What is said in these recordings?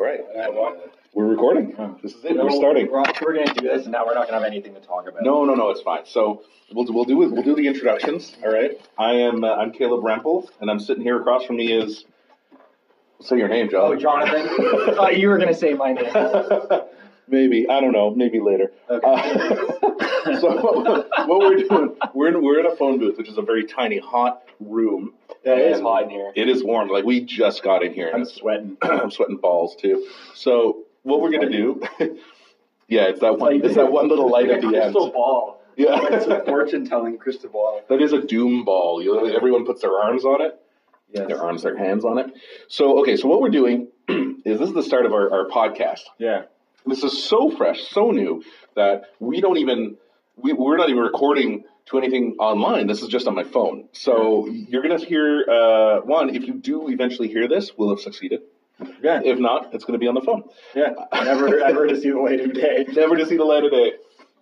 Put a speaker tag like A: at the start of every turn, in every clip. A: right. We're recording. This is it.
B: No,
A: We're starting.
B: We're, we're going to do this, and now we're not going to have anything to talk about.
A: No, no, no. It's fine. So we'll we'll do we'll do the introductions. All right. I am uh, I'm Caleb Rempel, and I'm sitting here across from me is say your name, John.
B: Oh, Jonathan, I thought you were going to say my name.
A: maybe I don't know. Maybe later.
B: Okay.
A: Uh, so what, what we're doing? We're in, we're in a phone booth, which is a very tiny, hot room.
B: That is
A: And
B: hot in here.
A: It is warm. Like we just got in here. and
B: I'm
A: it's-
B: sweating.
A: I'm sweating balls too. So what we're gonna do? yeah, it's that one.
B: Like-
A: It's that one little light at
B: Like a
A: the end.
B: crystal ball. It's a
A: Yeah,
B: fortune telling crystal ball.
A: that is a doom ball. You, everyone puts their arms on it.
B: Yes.
A: Their arms, their hands on it. So okay, so what we're doing is this is the start of our, our podcast.
B: Yeah.
A: This is so fresh, so new that we don't even we, we're not even recording to anything online. This is just on my phone. So you're gonna hear uh, one. If you do eventually hear this, we'll have succeeded.
B: Yeah.
A: If not, it's gonna be on the phone.
B: Yeah. Never ever to see the light of day.
A: Never to see the light of day.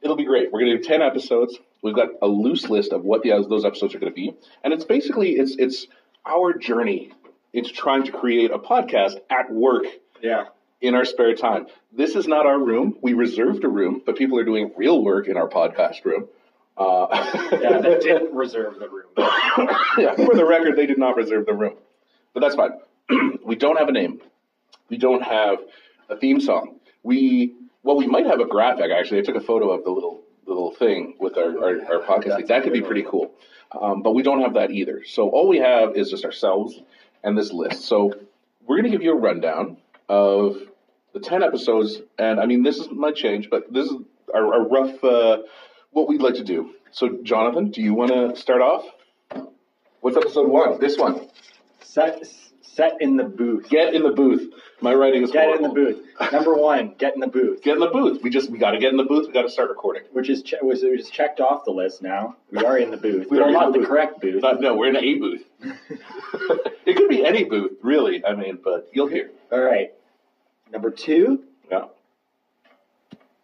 A: It'll be great. We're gonna do ten episodes. We've got a loose list of what the, those episodes are gonna be, and it's basically it's it's our journey into trying to create a podcast at work
B: Yeah.
A: in our spare time. This is not our room. We reserved a room, but people are doing real work in our podcast room. Uh,
B: Yeah. That did reserve the room.
A: yeah, for the record, they did not reserve the room. But that's fine. we don't have a name. We don't have a theme song. We well, we might have a graphic actually. I took a photo of the little the little thing with our our, our podcast. feed. That could be pretty cool. Um, but we don't have that either. So all we have is just ourselves and this list. So we're gonna give you a rundown of the ten episodes, and I mean this is might change, but this is our, our rough uh, what we'd like to do. So Jonathan, do you want to start off? What's episode one? This one.
B: Set set in the booth.
A: Get in the booth. My writing is
B: Get in the
A: horrible.
B: booth. Number one, get in the booth.
A: Get in the booth. We just we got to get in the booth. We got to start recording.
B: Which is che- was, was checked off the list now. We are in the booth.
A: We
B: But
A: are in
B: not
A: the
B: the
A: booth.
B: correct booth.
A: Not, no, we're in a booth. it could be any booth, really. I mean, but you'll hear.
B: All right. Number two,
A: Yeah.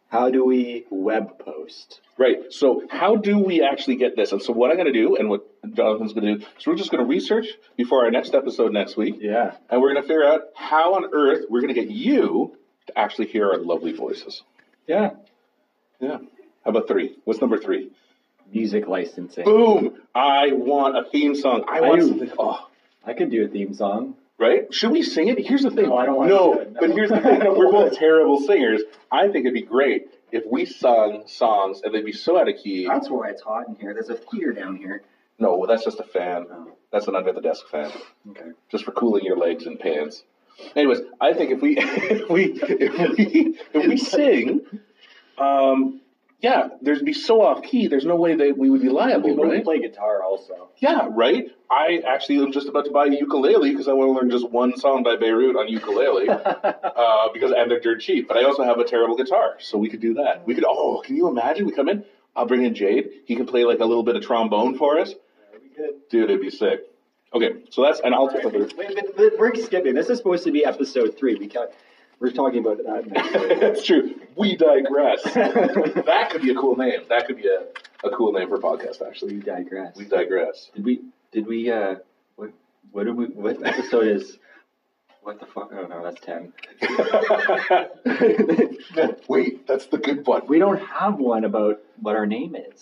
B: how do we web post?
A: Right. So, how do we actually get this? And so, what I'm going to do, and what Jonathan's going to do, is we're just going to research before our next episode next week,
B: Yeah.
A: and we're going to figure out how on earth we're going to get you to actually hear our lovely voices.
B: Yeah.
A: Yeah. How about three? What's number three?
B: Music licensing.
A: Boom! I want a theme song. I
B: I
A: want
B: do.
A: something. Oh.
B: I could do a theme song.
A: Right? Should we sing it? Here's the thing.
B: No, I don't wanna
A: No,
B: do it. No.
A: but here's the thing. We're both terrible singers. I think it'd be great if we sung songs and they'd be so out of key.
C: That's why it's hot in here. There's a heater down here.
A: No, well, that's just a fan.
C: Oh.
A: That's an under the desk fan,
C: Okay.
A: just for cooling your legs and pants. Anyways, I think if we if we if we if we sing, um, yeah, there'd be so off key. There's no way that we would be liable,
B: We both
A: right?
B: play guitar also.
A: Yeah, right. I actually am just about to buy a ukulele because I want to learn just one song by Beirut on ukulele. uh, because and they're dirt cheap. But I also have a terrible guitar, so we could do that. We could. Oh, can you imagine? We come in. I'll bring in Jade. He can play like a little bit of trombone for us. Dude, it'd be sick. Okay, so that's and I'll take the
B: Wait, but- but we're skipping. This is supposed to be episode three. We can't, we're talking about that.
A: third.
B: Next
A: that's true. We digress.
B: time.
A: that could be a cool name. That could be a, a cool name for a podcast. Actually,
C: We digress.
A: we digress.
C: Did we? Did we? Uh, what? What did we? What episode is? What the fuck? Oh no, that's ten.
A: Wait, that's the good one.
C: We don't have one about what our name is.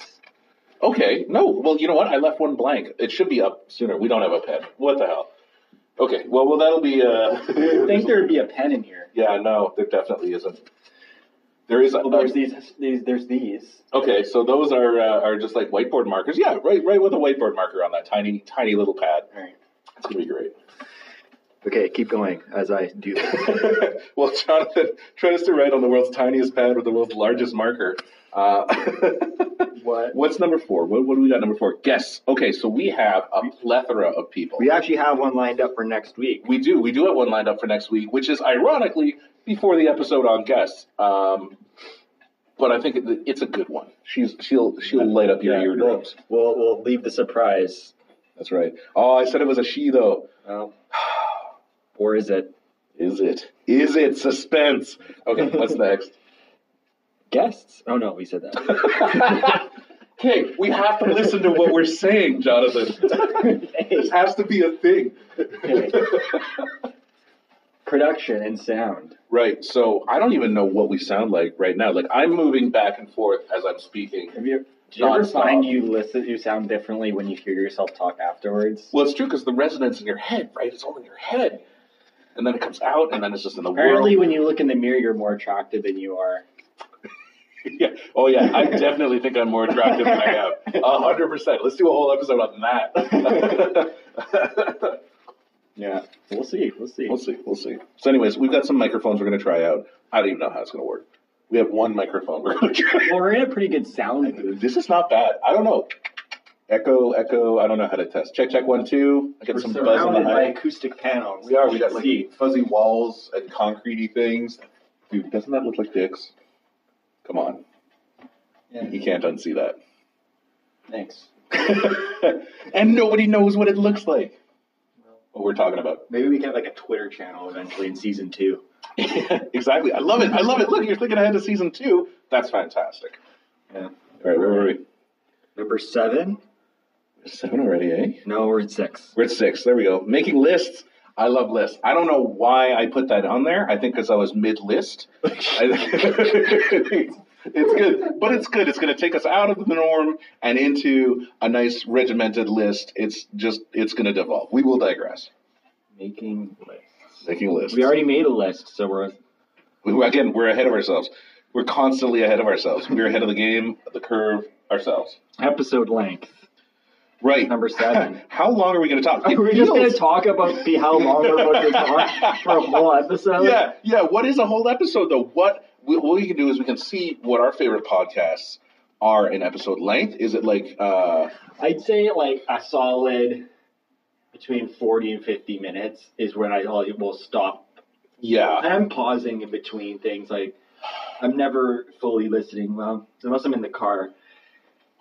A: Okay. No. Well, you know what? I left one blank. It should be up sooner. We don't have a pen. What the hell? Okay. Well, well, that'll be. Uh,
B: I think there'd be a pen in here.
A: Yeah. No, there definitely isn't. There is. A,
B: Well, there's these, these, there's these.
A: okay. So those are uh, are just like whiteboard markers. Yeah. Right. Right with a whiteboard marker on that tiny, tiny little pad.
B: All right.
A: It's gonna be great.
C: Okay, keep going as I do.
A: well, Jonathan tries to write on the world's tiniest pad with the world's largest marker. Uh,
B: What?
A: what's number four? What, what do we got? Number four. Guess. Okay. So we have a plethora of people.
C: we actually have one lined up for next week.
A: We do. We do have one lined up for next week, which is ironically before the episode on guests. Um, but I think it, it's a good one. She's she'll she'll light up your
B: Yeah,
A: eardrums.
B: We'll, we'll leave the surprise.
A: That's right. Oh, I said it was a she though.
B: Well, or is it?
A: Is it? Is it suspense? Okay, what's next?
B: Guests? Oh no, we said that.
A: Okay, we have to listen to what we're saying, Jonathan. this has to be a thing.
B: Okay. production and sound.
A: Right. So I don't even know what we sound like right now. Like I'm moving back and forth as I'm speaking.
B: Have you, do you ever
A: Nonstop.
B: find you listen you sound differently when you hear yourself talk afterwards?
A: Well, it's true because the resonance in your head, right? It's all in your head, and then it comes out, and then it's just in the world.
B: Apparently, when you look in the mirror, you're more attractive than you are.
A: yeah. Oh yeah. I definitely think I'm more attractive than I am. A hundred percent. Let's do a whole episode on that.
B: Yeah, we'll see. We'll see.
A: we'll see. We'll see. So, anyways, we've got some microphones we're gonna try out. I don't even know how it's gonna work. We have one microphone we're gonna try.
B: Well, we're in a pretty good sound booth.
A: This is not bad. I don't know. Echo, echo. I don't know how to test. Check, check. One, two. I get
C: We're
A: some buzz on the
C: surrounded by
A: mic.
C: acoustic panels.
A: We are. We got like
C: See.
A: fuzzy walls and concretey things. Dude, doesn't that look like dicks? Come on,
C: Yeah.
A: you can't unsee
C: Thanks.
A: that. and nobody knows what it looks like. What we're talking about.
B: Maybe we can have like a Twitter channel eventually in season two.
A: exactly. I love it. I love it. Look, you're thinking ahead to season two. That's fantastic.
B: Yeah.
A: All right, where were we?
B: Number seven?
A: Seven already, eh?
B: No, we're at six.
A: We're at six. There we go. Making lists. I love lists. I don't know why I put that on there. I think because I was mid list. it's good, but it's good. It's going to take us out of the norm and into a nice regimented list. It's just, it's going to devolve. We will digress.
B: Making lists.
A: Making lists.
B: We already made a list, so we're
A: We- again, we're ahead of ourselves. We're constantly ahead of ourselves. We're ahead of the game, the curve, ourselves.
B: episode length.
A: Right.
B: Number seven.
A: How long are we going to talk? It
B: we're just
A: feels-
B: gonna talk about the how long we're going to talk for a whole episode.
A: yeah, yeah. What is a whole episode though? What we, what we can do is we can see what our favorite podcasts are in episode length. Is it like uh
B: I'd say like a solid between forty and fifty minutes is when I I will stop.
A: yeah.
B: I'm pausing in between things. Like I'm never fully listening. Well, unless I'm in the car.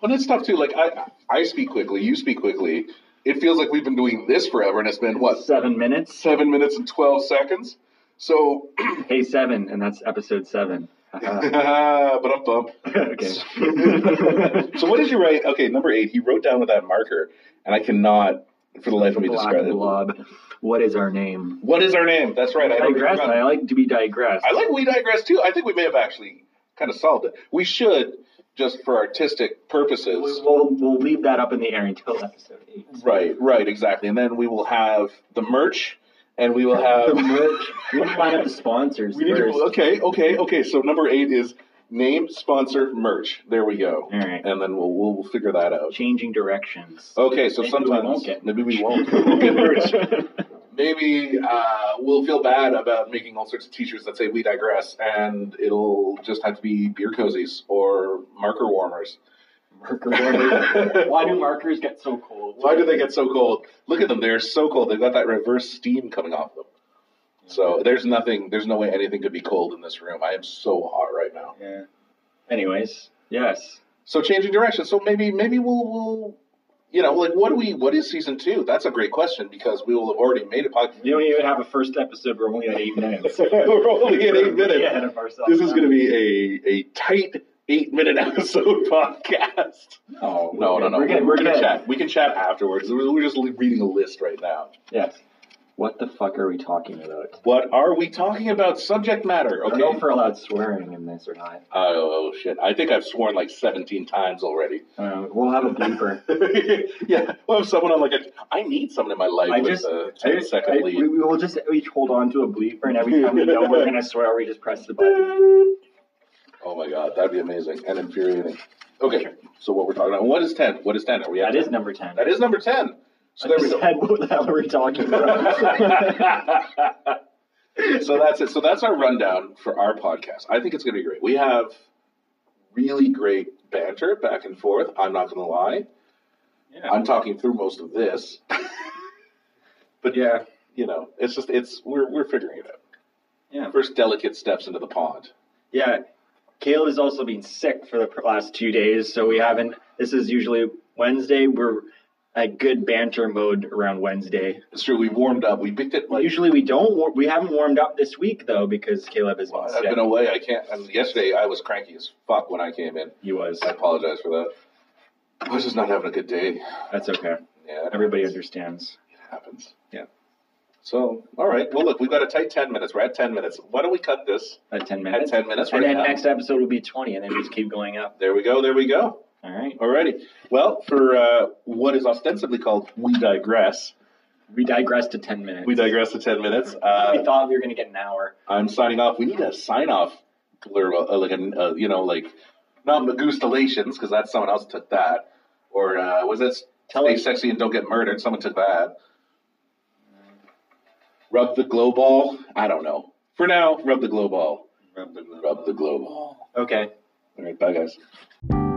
A: Well it's tough too. Like I I speak quickly, you speak quickly. It feels like we've been doing this forever and it's been what,
B: Seven minutes.
A: seven minutes and twelve seconds? So
B: Hey, seven, and that's episode seven. Haha.
A: but I'm bump.
B: okay.
A: so what did you write? Okay, number eight, he wrote down with that marker, and I cannot for the life of me
B: Black
A: describe it.
B: blob. What is our name?
A: What is our name? That's right. I totally
B: digress.
A: forgot.
B: I like to be digressed.
A: I like we digress too. I think we may have actually kind of solved it. We should, just for artistic purposes.
B: We'll, we'll leave that up in the air until episode eight.
A: Right, right, exactly. And then we will have the merch, and we will have
B: the merch. We need to line up the sponsors
A: Um, We need to-
B: first.
A: okay, okay, okay. So number eight is name, sponsor, merch. There we go.
B: All right.
A: And then we'll we'll, we'll figure that out.
B: Changing directions.
A: Okay, so
B: Maybe we
A: sometimes
B: won't get
A: maybe we won't we'll get merch. Maybe uh, we'll feel bad about making all sorts of T-shirts that say "We digress," and it'll just have to be beer cozies or marker warmers.
B: Marker warmers. Why do markers get so cold?
A: Why do they get so cold? Look at them. They're so cold. They've got that reverse steam coming off them. So there's nothing, there's no way anything could be cold in this room. I am so hot right now.
B: Yeah. Anyways, yes.
A: So changing direction. So maybe, maybe we'll, we'll, you know, like what do we, what is season two? That's a great question because we will have already made a podcast.
B: You don't even have a first episode. We're only at eight minutes.
A: We're only at eight minutes.
B: Ahead of ourselves.
A: This is going to be a, a tight eight minute episode podcast.
B: Oh,
A: No, no, no.
B: We're good. We're
A: gonna
B: good.
A: chat. We can chat afterwards. We're we're just reading a list right now.
B: Yes. What the fuck are we talking about?
A: What are we talking about? Subject matter.
B: I
A: Okay.
B: don't know if we're allowed swearing in this or not.
A: Oh, shit! I think I've sworn like seventeen times already.
B: Uh, we'll have a blooper.
A: yeah. Well, if someone on like a, I need someone in my life
B: I
A: with
B: just,
A: a
B: I
A: 10
B: just-
A: second
B: I-
A: lead.
B: we, we will just each hold on to a bleeper, and every time we know we're gonna swear, we just press the button.
A: oh my god, that'd be amazing and infuriating. Okay, so what we're talking about? What is ten? What is ten? Are we? at
B: That is
A: 10?
B: number ten.
A: That is number ten. So there we go.
B: Said, what the hell are we talking about?
A: so that's it. So that's our rundown for our podcast. I think it's going to be great. We have really great banter back and forth. I'm not going to lie.
B: Yeah.
A: I'm talking through most of this,
B: but yeah,
A: you know. It's just it's we're we're figuring it out.
B: Yeah.
A: First delicate steps into the pond.
B: yeah. Caleb has also been sick for the pr- last two days, so we haven't. This is usually Wednesday. We're at good banter mode around Wednesday.
A: It's true. We warmed up. We picked it like
B: usually we don't. war- We haven't warmed up this week though because Caleb has been
A: I've
B: sick.
A: been away. I can't. And yesterday I was cranky as fuck when I came in.
B: he was.
A: I apologize for that. I was just not having a good day.
B: That's okay.
A: Yeah.
B: Everybody understands.
A: It happens.
B: Yeah.
A: So, all right. Well, look, we've got a tight 10 minutes. We're at 10 minutes. Why don't we cut this
B: At ten
A: at
B: minutes.
A: 10 minutes right
B: and then
A: now?
B: next episode will be twenty, and then just keep going up.
A: There we go. There we go.
B: All right.
A: Alrighty. Well, for uh, what is ostensibly called We Digress,
B: We digress to ten minutes.
A: we digress to 10 minutes.
B: we
A: Uh,
B: thought we were gonna get an hour.
A: I'm signing off. We need a sign off blurb, uh, like a, uh, you know, like not Magoostalations, because that's someone else took that. Or uh, was it
B: Tell
A: Stay
B: us.
A: Sexy and Don't Get Murdered? Someone took that. Rub the glow ball? I don't know. For now, rub the glow ball.
C: Rub the glue.
A: Rub the glow ball.
B: Okay.
A: All right, bye guys.